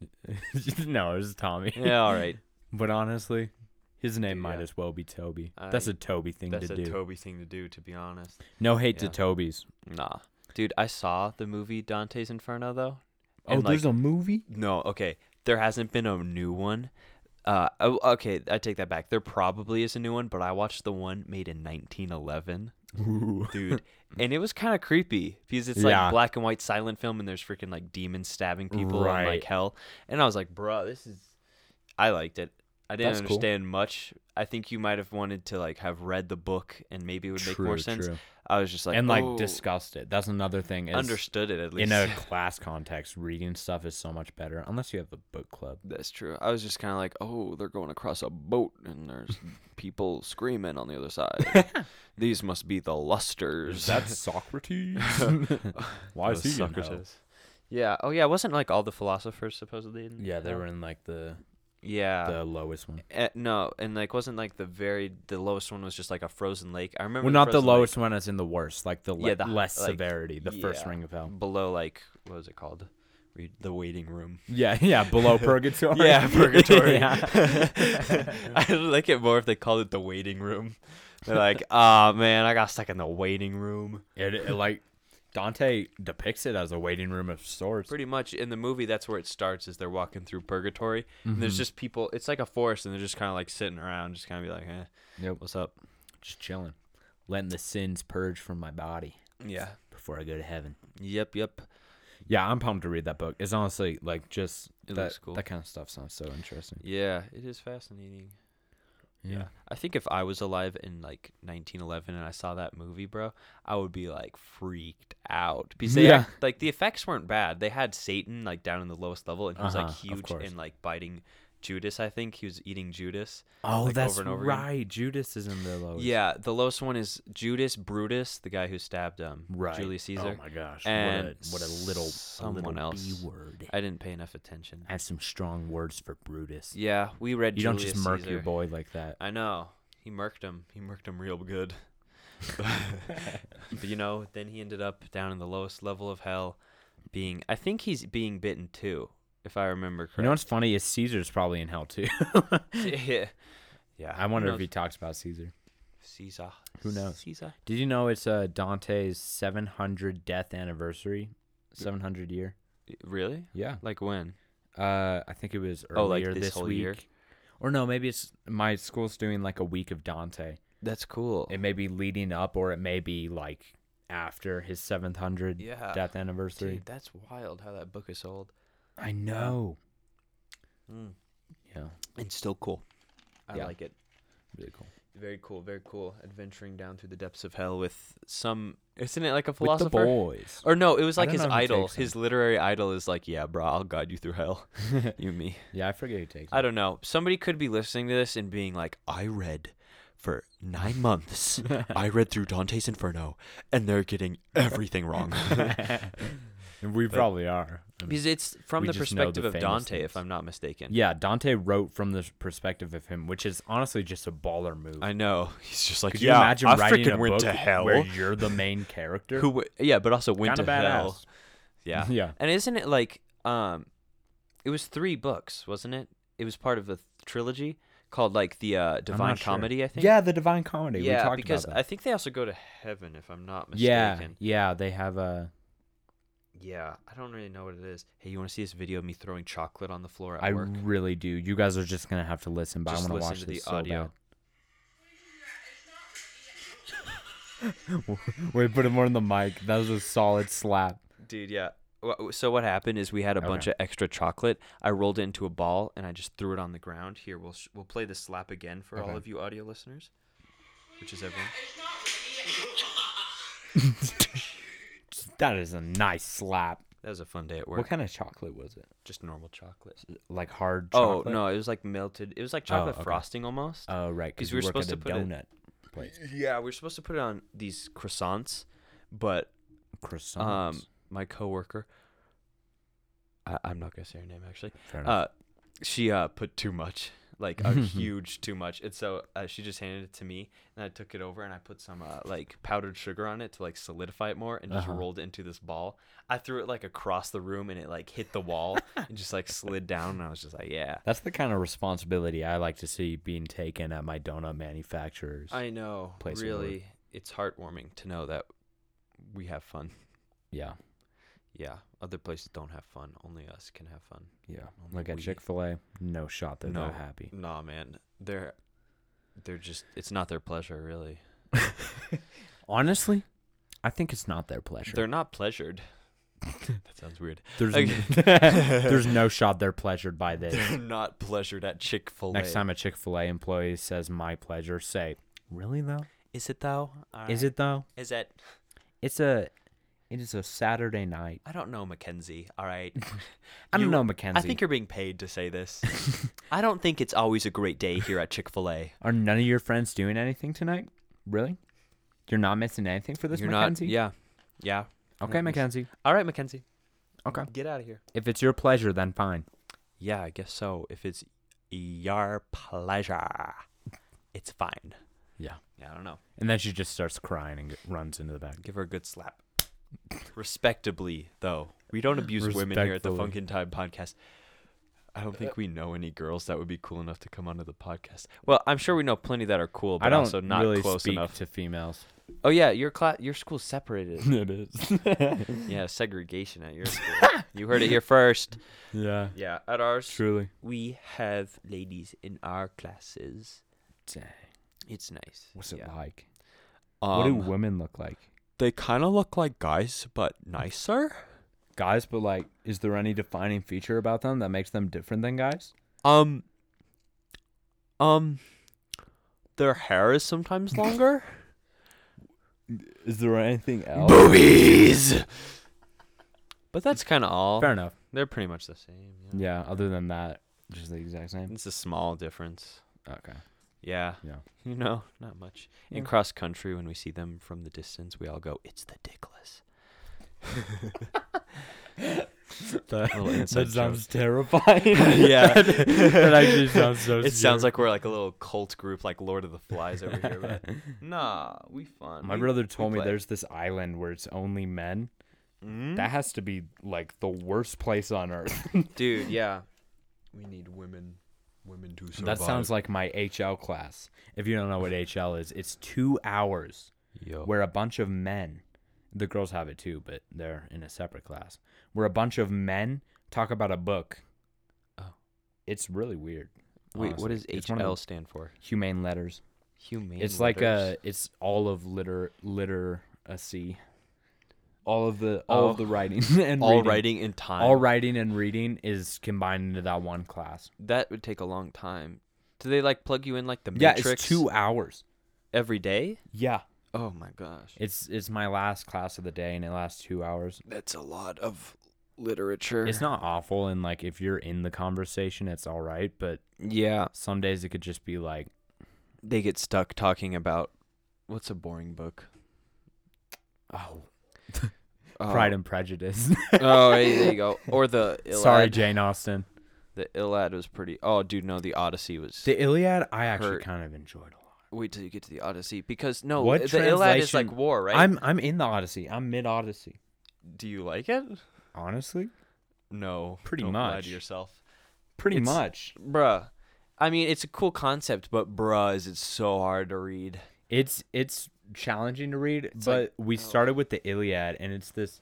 no, it was Tommy. Yeah, all right. But honestly, his name might Yeah. as well be Toby. That's I- a Toby thing That's to a do. Toby thing to do, to be honest. no hate yeah. to Tobys. Nah, dude, I saw the movie Dante's Inferno though. Oh, and, there's like, a movie. no. Okay, there hasn't been a new one. Uh, oh, okay, I take that back. There probably is a new one, but I watched the one made in 1911. dude. And it was kind of creepy because it's Yeah. like black and white silent film, and there's freaking like demons stabbing people and Right. like hell. And I was like, bro, this is. I liked it. I didn't That's cool. understand much. I think you might have wanted to like have read the book, and maybe it would make more True, sense. true. I was just like, and like oh, discussed it. That's another thing. Is understood it at least. in a class context, reading stuff is so much better unless you have a book club. That's true. I was just kind of like, oh, they're going across a boat, and there's people screaming on the other side. These must be the lusters. Socrates? Why Those Socrates. Yeah. Oh, yeah. Wasn't like all the philosophers supposedly? In Yeah, they hell? were in like the Yeah. the lowest one. Eh, no, and like wasn't like the very the lowest one was just like a frozen lake. I remember. Well, not the frozen lake lowest one as in the worst, like the, le- Yeah, the- less like- severity, the first yeah. ring of hell. below like what was it called? Read the waiting room. Yeah, yeah, below purgatory. Yeah, purgatory. Yeah. I'd like it more if they called it the waiting room. They're like, oh man, I got stuck in the waiting room. It, it, like Dante depicts it as a waiting room of sorts. Pretty much in the movie, that's where it starts. Is they're walking through purgatory, Mm-hmm. and there's just people. It's like a forest, and they're just kind of like sitting around, just kind of be like, eh, Yep. what's up? Just chilling, letting the sins purge from my body Yeah. before I go to heaven. Yep. Yep. Yeah, I'm pumped to read that book. It's honestly like just It that looks cool. that kind of stuff sounds so interesting. Yeah, it is fascinating. Yeah. I think if I was alive in like 1911 and I saw that movie, bro, I would be like freaked out because they Yeah. act- like the effects weren't bad. They had Satan like down in the lowest level, and he was Uh-huh, like of huge course. and like biting Judas. I think he was eating Judas. Oh, like, that's over and over again. right. Judas is in the lowest. Yeah, the lowest one is Judas Brutus, the guy who stabbed um Right. Julius Caesar. Oh my gosh. and what, a, what a little someone a little else. B word. I didn't pay enough attention. I have some strong words for Brutus. Yeah, we read. you don't Julius just murk Caesar. your boy like that. I know. He murked him. He murked him real good. but you know, then he ended up down in the lowest level of hell, being. I think he's being bitten too, if I remember You know correctly. what's funny is Caesar's probably in hell too. yeah. Yeah. I wonder if he talks about Caesar. Caesar. Who knows? Caesar. Did you know it's uh, Dante's 700 death anniversary? 700 year. Really? Yeah. Like when? Uh, I think it was earlier Oh, like this, this whole week. year? Or no, maybe it's my school's doing like a week of Dante. That's cool. It may be leading up, or it may be like after his 700 Yeah. death anniversary. Dude, that's wild how that book is sold. I know. Mm. Yeah, It's still cool. I Yeah. like it. really cool. Very cool. Very cool. Adventuring down through the depths of hell with some. Isn't it like a With the philosopher? boys. Or no, it was I like don't his know who idol. takes them. His literary idol is like, yeah, bro, I'll guide you through hell. you and me. Yeah, I forget who takes. I don't know. Somebody could be listening to this and being like, I read for nine months. I read through Dante's Inferno, and they're getting everything wrong. and we probably are. I mean, because it's from We the just know the perspective of famous Dante, things. if I'm not mistaken. yeah, Dante wrote from the perspective of him, which is honestly just a baller move. I know. He's just like, Could yeah, you imagine I writing freaking a went book to hell. where you're the main character? Who? w- Yeah, but also went Kinda to hell. badass. Yeah. Yeah. And isn't it like um it was 3 books, wasn't it? It was part of a th- trilogy called like the uh Divine not sure. Comedy, I think. Yeah, the Divine Comedy. we Yeah, talked because about I that. think they also go to heaven if I'm not yeah, mistaken. yeah, they have a. Yeah. I don't really know what it is. Hey, you want to see this video of me throwing chocolate on the floor at I work? really do. You guys are just gonna have to listen, but Just I want to listen watch to this the so audio. bad. Wait, put it more in the mic. That was a solid slap. Dude, yeah. Wha- So what happened is we had a bunch Okay. of extra chocolate. I rolled it into a ball and I just threw it on the ground. Here, we'll sh- we'll play the slap again for all Okay. of you audio listeners, which is everyone. That is a nice slap. That was a fun day at work. What kind of chocolate was it? Just normal chocolate. Like hard chocolate? Oh, Oh no, it was like melted. It was like chocolate okay. frosting almost. Oh, right. 'Cause Because we were we were supposed supposed to to put it- donut place. yeah, we were supposed to put it on these croissants, but Croissants. um, my coworker, I, I'm not gonna say her name actually. Fair enough. Uh, she uh put too much, like a huge too much, and so uh, she just handed it to me, and I took it over and I put some uh, like powdered sugar on it to like solidify it more, and just Uh-huh. rolled it into this ball. I threw it like across the room, and it like hit the wall and just like slid down, and I was just like, yeah. That's the kind of responsibility I like to see being taken at my donut manufacturers. I know. place of work. really, it's heartwarming to know that we have fun. yeah. Yeah, other places don't have fun. Only us can have fun. Yeah. Only Like at we- Chick fil A, no shot they're No. not happy. Nah, man, they're they're just it's not their pleasure really. Honestly, I think it's not their pleasure. They're not pleasured. that sounds weird. There's, there's no shot they're pleasured by this. They're not pleasured at Chick Fil A. Next time a Chick fil A employee says my pleasure, say, Really though? is it though? Is it though? Is it? It's a it is a Saturday night. I don't know, Mackenzie. All right. I don't You- know, Mackenzie. I think you're being paid to say this. I don't think it's always a great day here at Chick Fil A. Are none of your friends doing anything tonight? Really? You're not missing anything for this, You're Mackenzie? not. Yeah. Yeah. Okay, Mackenzie. All right, Mackenzie. Okay. Get out of here. If it's your pleasure, then fine. Yeah, I guess so. If it's your pleasure, it's fine. Yeah. Yeah, I don't know. And then she just starts crying and g- runs into the back. Give her a good slap. Respectably, though. We don't abuse women here at the Respectfully. Funkin' Time podcast. I don't think we know any girls that would be cool enough to come onto the podcast. Well, I'm sure we know plenty that are cool, but I don't also not really close speak enough. to females. Oh yeah, your class, your school's separated. it is. yeah, segregation at your school. you heard it here first. yeah. Yeah, at ours, Truly. we have ladies in our classes. Dang. It's nice. What's it yeah. like? Um, what do women look like? they kind of look like guys, but nicer. Guys, but like, is there any defining feature about them that makes them different than guys? Um. Um. their hair is sometimes longer. Is there anything else? Boobies. But that's kind of all. Fair enough. They're pretty much the same. Yeah. Yeah. Other than that, just the exact same. It's a small difference. Okay. Yeah. Yeah. You know, not much. In Yeah. cross country, when we see them from the distance, we all go, "It's the dickless." Little inside joke. terrifying. Yeah. that actually sounds so. It sounds like we're like a little cult group, like Lord of the Flies over here. But nah, we fun. My We- brother told we me play. there's this island where it's only men. Mm? That has to be like the worst place on earth. dude. Yeah, we need women. Women to survive. that sounds like my HL class. If you don't know what HL is, it's two hours Yo. where a bunch of men, the girls have it too, but they're in a separate class, where a bunch of men talk about a book. Oh. It's really weird. Wait, what honestly. does It's one of HL the stand for? Humane letters. Humane. it's letters. like uh, a it's all of liter literacy all of the all Oh. of the writing and all reading. writing in time. all writing and reading is combined into that one class That would take a long time. Do they like plug you in like the yeah Matrix it's two hours every day? yeah Oh my gosh. it's it's my last class of the day and it lasts two hours That's a lot of literature. it's not awful and like if you're in the conversation it's all right but yeah, some days it could just be like they get stuck talking about what's a boring book? oh Oh. pride and prejudice oh, hey, there you go. Or the Iliad. sorry jane austen The Iliad was pretty. Oh, dude, no, the Odyssey was. the iliad i actually Hurt. kind of enjoyed a lot Wait till you get to the Odyssey because no, What the Iliad is like translation- war, right? i'm i'm in the odyssey i'm mid odyssey Do you like it? honestly No, Pretty don't Lie much. to yourself. pretty It's- much bruh. I mean, it's a cool concept, but bruh, is it so hard to read? it's it's challenging to read but like- oh. we started with the iliad and it's this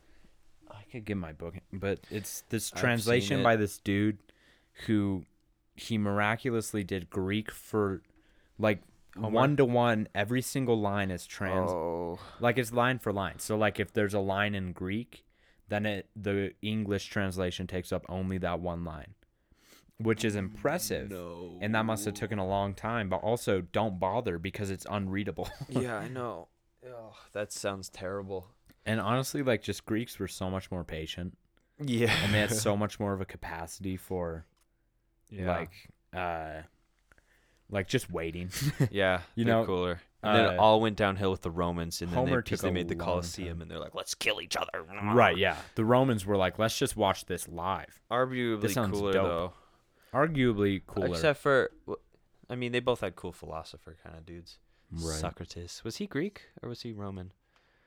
i could get my book but it's this I've seen translation it. by this dude who he miraculously did greek for like one to one every single line is trans Oh, like it's line for line so like if there's a line in greek then it the english translation takes up only that one line which is impressive no. and that must have taken a long time but also don't bother because it's unreadable yeah, I know. Oh, that sounds terrible. and honestly like just greeks were so much more patient Yeah. and they had so much more of a capacity for Like, like uh like just waiting yeah, You they're know, cooler. And then it uh, all went downhill with the Romans, and then they, Homer because took they a made the long Colosseum, time. and they're like, "Let's kill each other." right yeah the romans were like let's just watch this live Arguably This sounds cooler dope. arguably though, cooler except for, w- I mean, they both had cool philosopher kind of dudes. Right. Socrates was he Greek or was he Roman?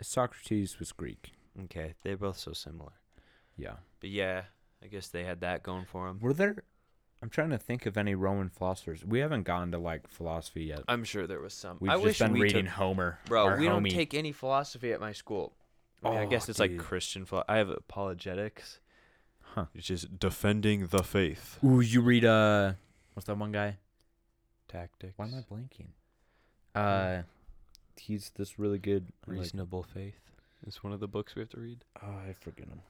socrates was greek Okay, they're both so similar. yeah But yeah, I guess they had that going for them. were there i'm trying to think of any roman philosophers we haven't gotten to like philosophy yet I'm sure there was some. we've I just wish been we reading took, homer bro. our we don't homie. take any philosophy at my school. I, mean, I Oh, guess it's like dude. Christian. Philo- I have apologetics. Huh. It's just defending the faith. ooh you read uh what's that one guy Tactics. Why am I blanking? Uh, he's this really good. Like, Reasonable faith. It's one of the books we have to read. oh, I forget him.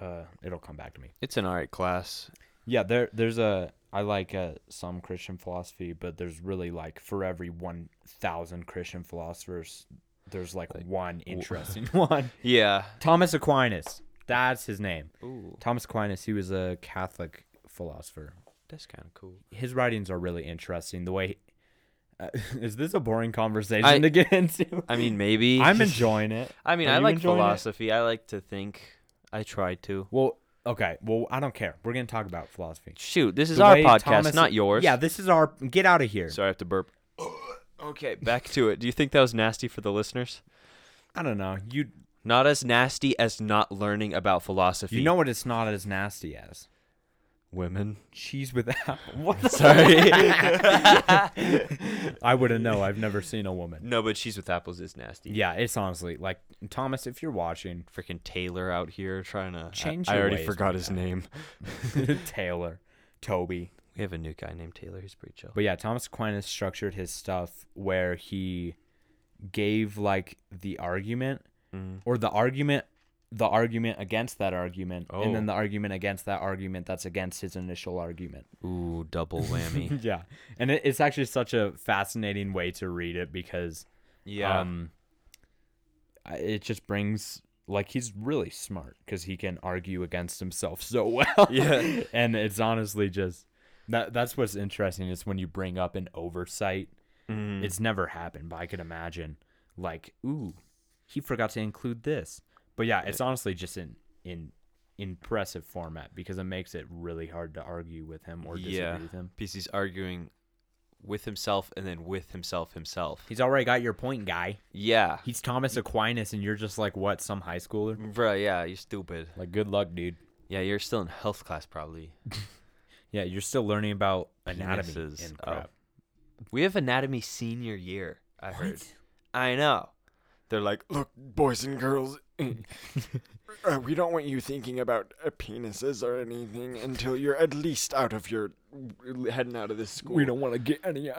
Uh, it'll come back to me. It's an alright class. Yeah, there, there's a. I like uh, some Christian philosophy, but there's really like for every one thousand Christian philosophers, there's like, Like, one interesting one. Yeah. Thomas Aquinas. That's his name. Ooh, Thomas Aquinas. He was a Catholic philosopher. that's kind of cool. His writings are really interesting. The way. Uh, is this a boring conversation I- to get into? I mean, maybe. I'm enjoying it. I mean, Are I you like enjoying it? philosophy. I like to think. I try to. Well, okay. Well, I don't care. We're gonna talk about philosophy. Shoot, this is The our way podcast, Thomas- not yours. Yeah, this is our. Get out of here. Sorry, I have to burp. okay, back to it. Do you think that was nasty for the listeners? I don't know. You Not as nasty as not learning about philosophy. you know what? It's not as nasty as women. cheese with apple. What? the- Sorry. I wouldn't know. I've never seen a woman. no, but cheese with apples is nasty. Yeah, it's honestly like Thomas. If you're watching, Freaking Taylor out here trying to uh, I- Change I, your already ways, forgot my his guy. name. Taylor, Toby. We have a new guy named Taylor who's pretty chill. But yeah, Thomas Aquinas structured his stuff where Mm. he gave like the argument or the argument the argument against that argument and then Oh. the argument against that argument that's against his initial argument. Ooh, double whammy. yeah. And it, it's actually such a fascinating way to read it because yeah. um I- it just brings like he's really smart cuz he can argue against himself so well. Yeah. and it's honestly just that that's what's interesting is when you bring up an oversight Mm. it's never happened, but I could imagine like, ooh, he forgot to include this. But yeah, it's honestly just in in impressive format because it makes it really hard to argue with him or disagree Yeah. with him. because he's arguing with himself and then with himself himself. He's already got your point, guy. Yeah. He's Thomas Aquinas and you're just like what, some high schooler? Bruh, yeah, you're stupid. Like good luck, dude. Yeah, you're still in health class probably. Yeah, you're still learning about anatomy Penises. and Oh, crap. We have anatomy senior year, I heard. I know. They're like, Look, boys and girls, eh, uh, we don't want you thinking about uh, penises or anything until you're at least out of your heading out of this school. want to get any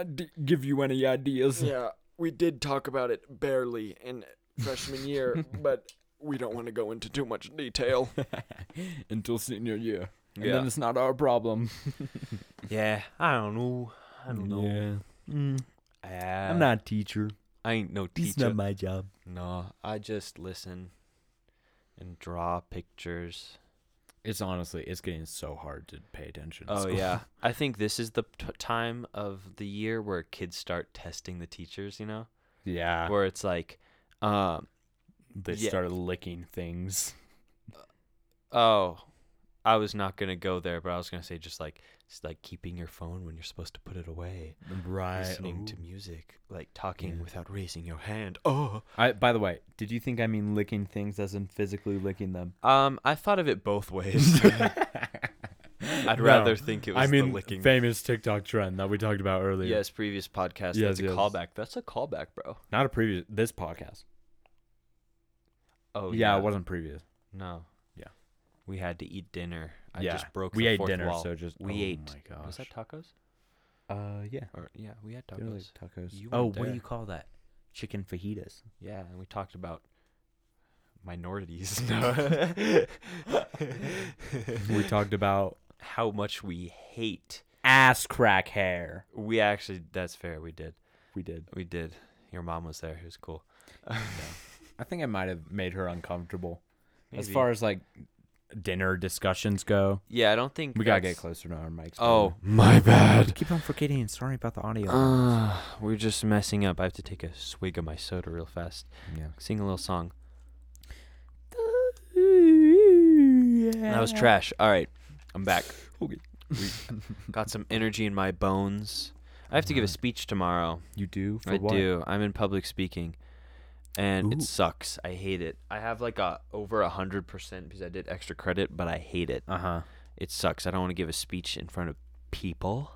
give you any ideas. Yeah, we did talk about it barely in freshman year, but we don't want to go into too much detail. Until senior year. And then Yeah. it's not our problem. yeah, I don't know. I don't know. Ah, I'm not a teacher. I ain't no This is teacher. my job. no, I just listen and draw pictures. It's honestly, it's getting so hard to pay attention. to Oh school. yeah, I think this is the t- time of the year where kids start testing the teachers. You know, yeah. where it's like, um, They yeah. start licking things. oh, I was not gonna go there, but I was gonna say just like it's like keeping your phone when you're supposed to put it away, Right. Oh. listening to music, like talking Yeah. without raising your hand. Oh, I, by the way, did you think I mean licking things as in physically licking them? um, I thought of it both ways. I'd rather think it was I mean, the licking. famous TikTok trend that we talked about earlier. Yes, previous podcast. Yes, that's a yes. callback. That's a callback, bro. Not a previous this podcast. Oh yeah, it wasn't previous. No. Yeah. We had to eat dinner. I yeah. just broke We the ate fourth dinner, wall. so just we oh ate. My gosh. Was that tacos? uh, yeah. Or yeah, we had Dinner tacos. with tacos. You oh, weren't what do there. you call that? Chicken fajitas. Yeah, and we talked about minorities. No. we talked about How much we hate. ass crack hair. We actually that's fair, we did. We did. We did. Your mom was there. It was cool. I think I might have made her uncomfortable. As Maybe. far as like dinner discussions go, Yeah, I don't think we gotta get that's- closer to our mics. Oh, My brother. bad. keep on forgetting. Sorry about the audio. uh, we're just messing up. I have to take a swig of my soda real fast. yeah. Sing a little song. That was trash. All right, I'm back. Okay. We got some energy in my bones. I have to give a Alright. speech tomorrow. You do for I what? do. I'm in public speaking, and Ooh. it sucks. I hate it. I have like a over a hundred percent because I did extra credit, but I hate it. Uh huh. It sucks. I don't want to give a speech in front of people.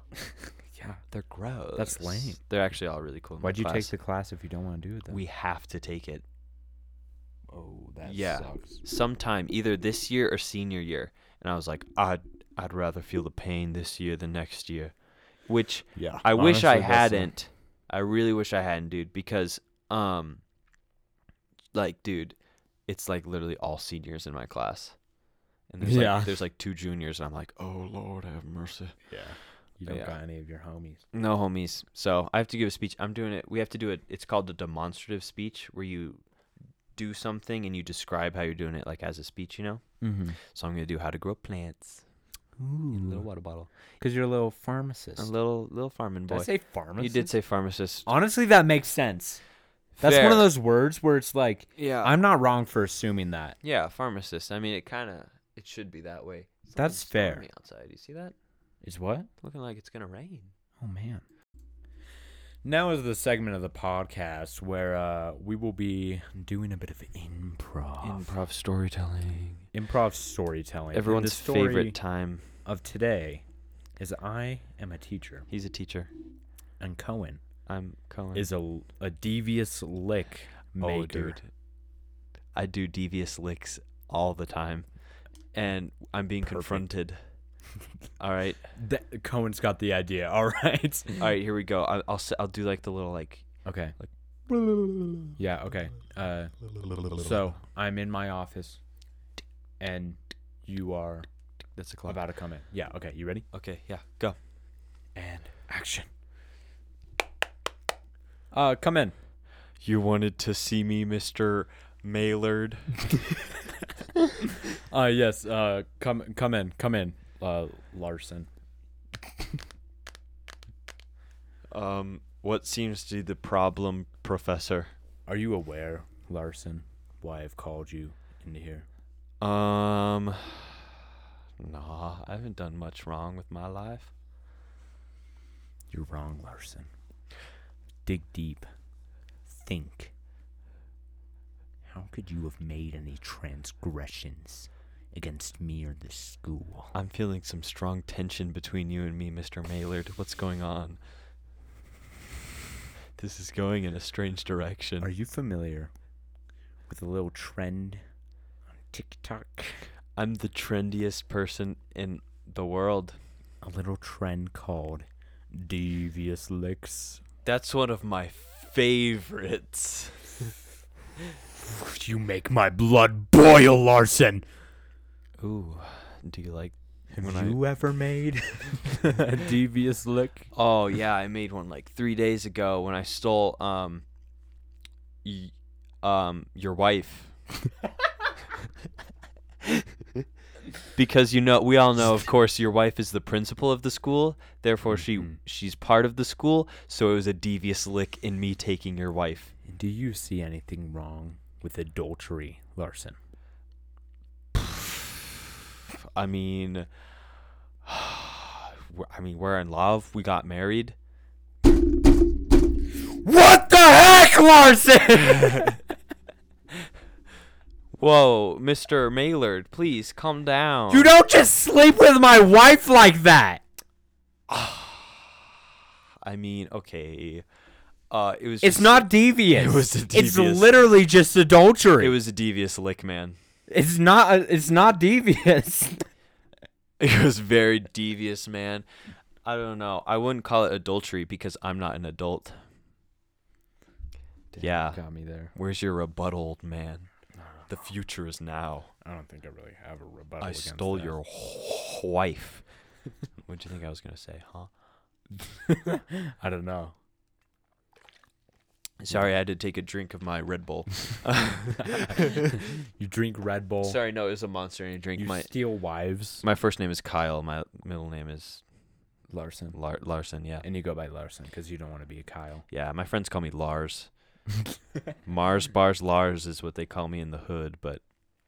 Yeah. They're gross. lame. They're actually all really cool. in my Why'd you take class. the class if you don't want to do it? Then? We have to take it oh yeah. sucks. sometime, either this year or senior year. And I was like, I'd I'd rather feel the pain this year than next year, which Yeah. I wish I Honestly, that's a- hadn't. I really wish I hadn't, dude, because um like dude, it's like literally all seniors in my class. And there's Yeah. like there's like two juniors and I'm like, Oh, Lord have mercy. Yeah. You don't Yeah. got any of your homies. "No, homies." So, I have to give a speech. I'm doing it. We have to do it. It's called a demonstrative speech where you do something and you describe how you're doing it like as a speech, you know? Mm-hmm. So, I'm going to do how to grow plants in a little Ooh. water bottle. Because you're a little pharmacist. A little little farming Did boy. I say pharmacist? Oh, You did say pharmacist. Honestly, that makes sense. That's one Fair. Uh, of those words where it's like, Yeah. I'm not wrong for assuming that. Yeah, pharmacist. I mean, it kind of it should be that way. It's looking That's fair. stormy Outside, you see that? Is what? It's looking like it's gonna rain. Oh man. Now is the segment of the podcast where uh, we will be doing a bit of improv, Improv storytelling. improv storytelling. And Everyone's the story favorite time. of today is I am a teacher, He's a teacher. and Cohen I'm Cohen. is a, a devious lick oh, maker. dude. I do devious licks all the time, and I'm being Perfect. confronted. all right, That, Cohen's got the idea. All right. all right. Here we go. I, I'll s- I'll do like the little like Okay. yeah. Yeah. Okay. Uh, so I'm in my office. and you are That's a clock. about to come in. Yeah. Okay. You ready? Okay, yeah, go. And action. Uh, come in. You wanted to see me, Mister Maylard. Uh, yes. Uh, come, come in, come in. Uh, Larson. Um, what seems to be the problem, Professor? Are you aware, Larson, why I've called you into here? Um, nah, I haven't done much wrong with my life. You're wrong, Larson. Dig deep. Think. How could you have made any transgressions against me or this school? I'm feeling some strong tension between you and me, Mr. Maylard. What's going on? This is going in a strange direction. Are you familiar with a little trend on TikTok? I'm the trendiest person in the world. A little trend called devious licks. That's one of my favorites. You make my blood boil, Larson. Ooh, do you like? Have When I- you ever made a devious lick? Oh yeah, I made one like three days ago when I stole um, y- um, your wife. because you know, we all know, of course, your wife is the principal of the school. Therefore, she Mhm. she's part of the school. So it was a devious lick in me taking your wife. Do you see anything wrong with adultery, Larson? I mean, we're- I mean, we're in love. We got married. What the heck, Larson? Whoa, Mr. Maylard, please calm down. you don't just sleep with my wife like that. I mean, okay. Uh, it was. It's just- not devious. It was a It's devious- literally just adultery. It was a devious lick, man. It's not. uh, it's not devious. It was very devious, man. I don't know. I wouldn't call it adultery because I'm not an adult. Yeah. got me there. Where's your rebuttal, old man? The future is now. I don't think I really have a rebuttal. I against stole that. your wh- wife. What'd you think I was gonna say, huh? I don't know. Sorry, I had to take a drink of my Red Bull. You drink Red Bull. Sorry, no, it was a Monster Energy drink. You My steal wives, my first name is Kyle. My middle name is Larson, Lar- Larson. Yeah, and you go by Larson because you don't want to be a Kyle. yeah. My friends call me Lars. Mars bars Lars is what they call me in the hood, but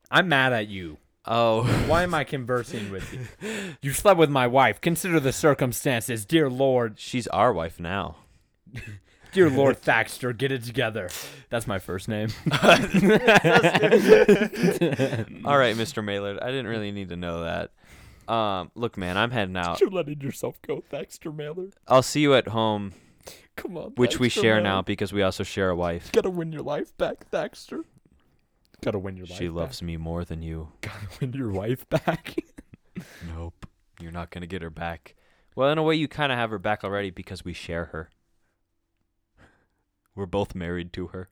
I'm mad at you. oh, Why am I conversing with you? You slept with my wife. Consider the circumstances, dear Lord. she's our wife now. Dear Lord Thaxter, get it together. That's my first name. All right, Mr. Maylard, I didn't really need to know that. Um, look, man, I'm heading out. You're letting yourself go, Thaxter Mailer. I'll see you at home, Come on. which we share now because we also share a wife. Gotta win your life back, Thaxter. Gotta win your life. She loves me more than you. Gotta win your wife back. Nope. You're not going to get her back. Well, in a way, you kind of have her back already because we share her. We're both married to her.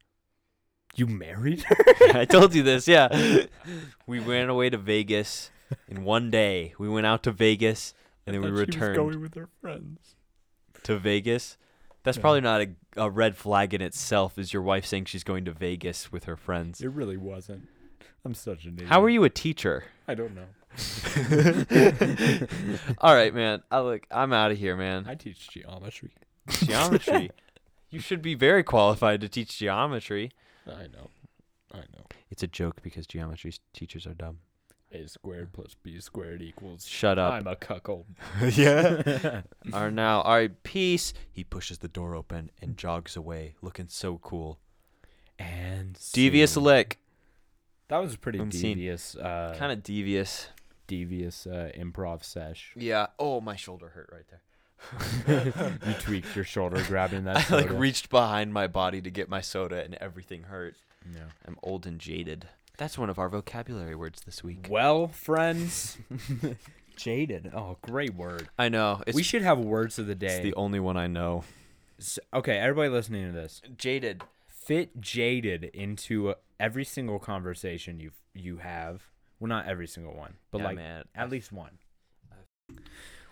you married her? I told you this, yeah. We went away to Vegas in one day. We went out to Vegas and then we returned going with her friends. to Vegas. That's Yeah. probably not a, a red flag in itself, is your wife saying she's going to Vegas with her friends. It really wasn't. I'm such an idiot. How are you a teacher? I don't know. All right, man. I look, I'm out of here, man. I teach geometry. Geometry. you should be very qualified to teach geometry. I know. I know. It's a joke because geometry s- teachers are dumb. A squared plus B squared equals. Shut up. I'm a cuckold. yeah. are now. All right, peace. He pushes the door open and jogs away, looking so cool. And Devious lick. That was a pretty Unseen. devious, uh, Kind of devious. devious uh, improv sesh. Yeah. Oh, my shoulder hurt right there. You tweaked your shoulder grabbing that. I like soda. reached behind my body to get my soda, and everything hurt. Yeah. I'm old and jaded. That's one of our vocabulary words this week. Well, friends, jaded. Oh, great word. I know. It's, we should have words of the day. it's the only one I know. S- okay, everybody listening to this, Jaded. fit jaded into uh, every single conversation you you have Well, not every single one, but Yeah, like man. at least one.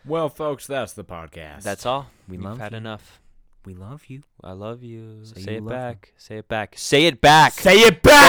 Well, folks, that's the podcast. That's all. We We've love had you. enough. we love you. I love you. Say Say, you it love me. back. Say it back. Say it back. Say it back.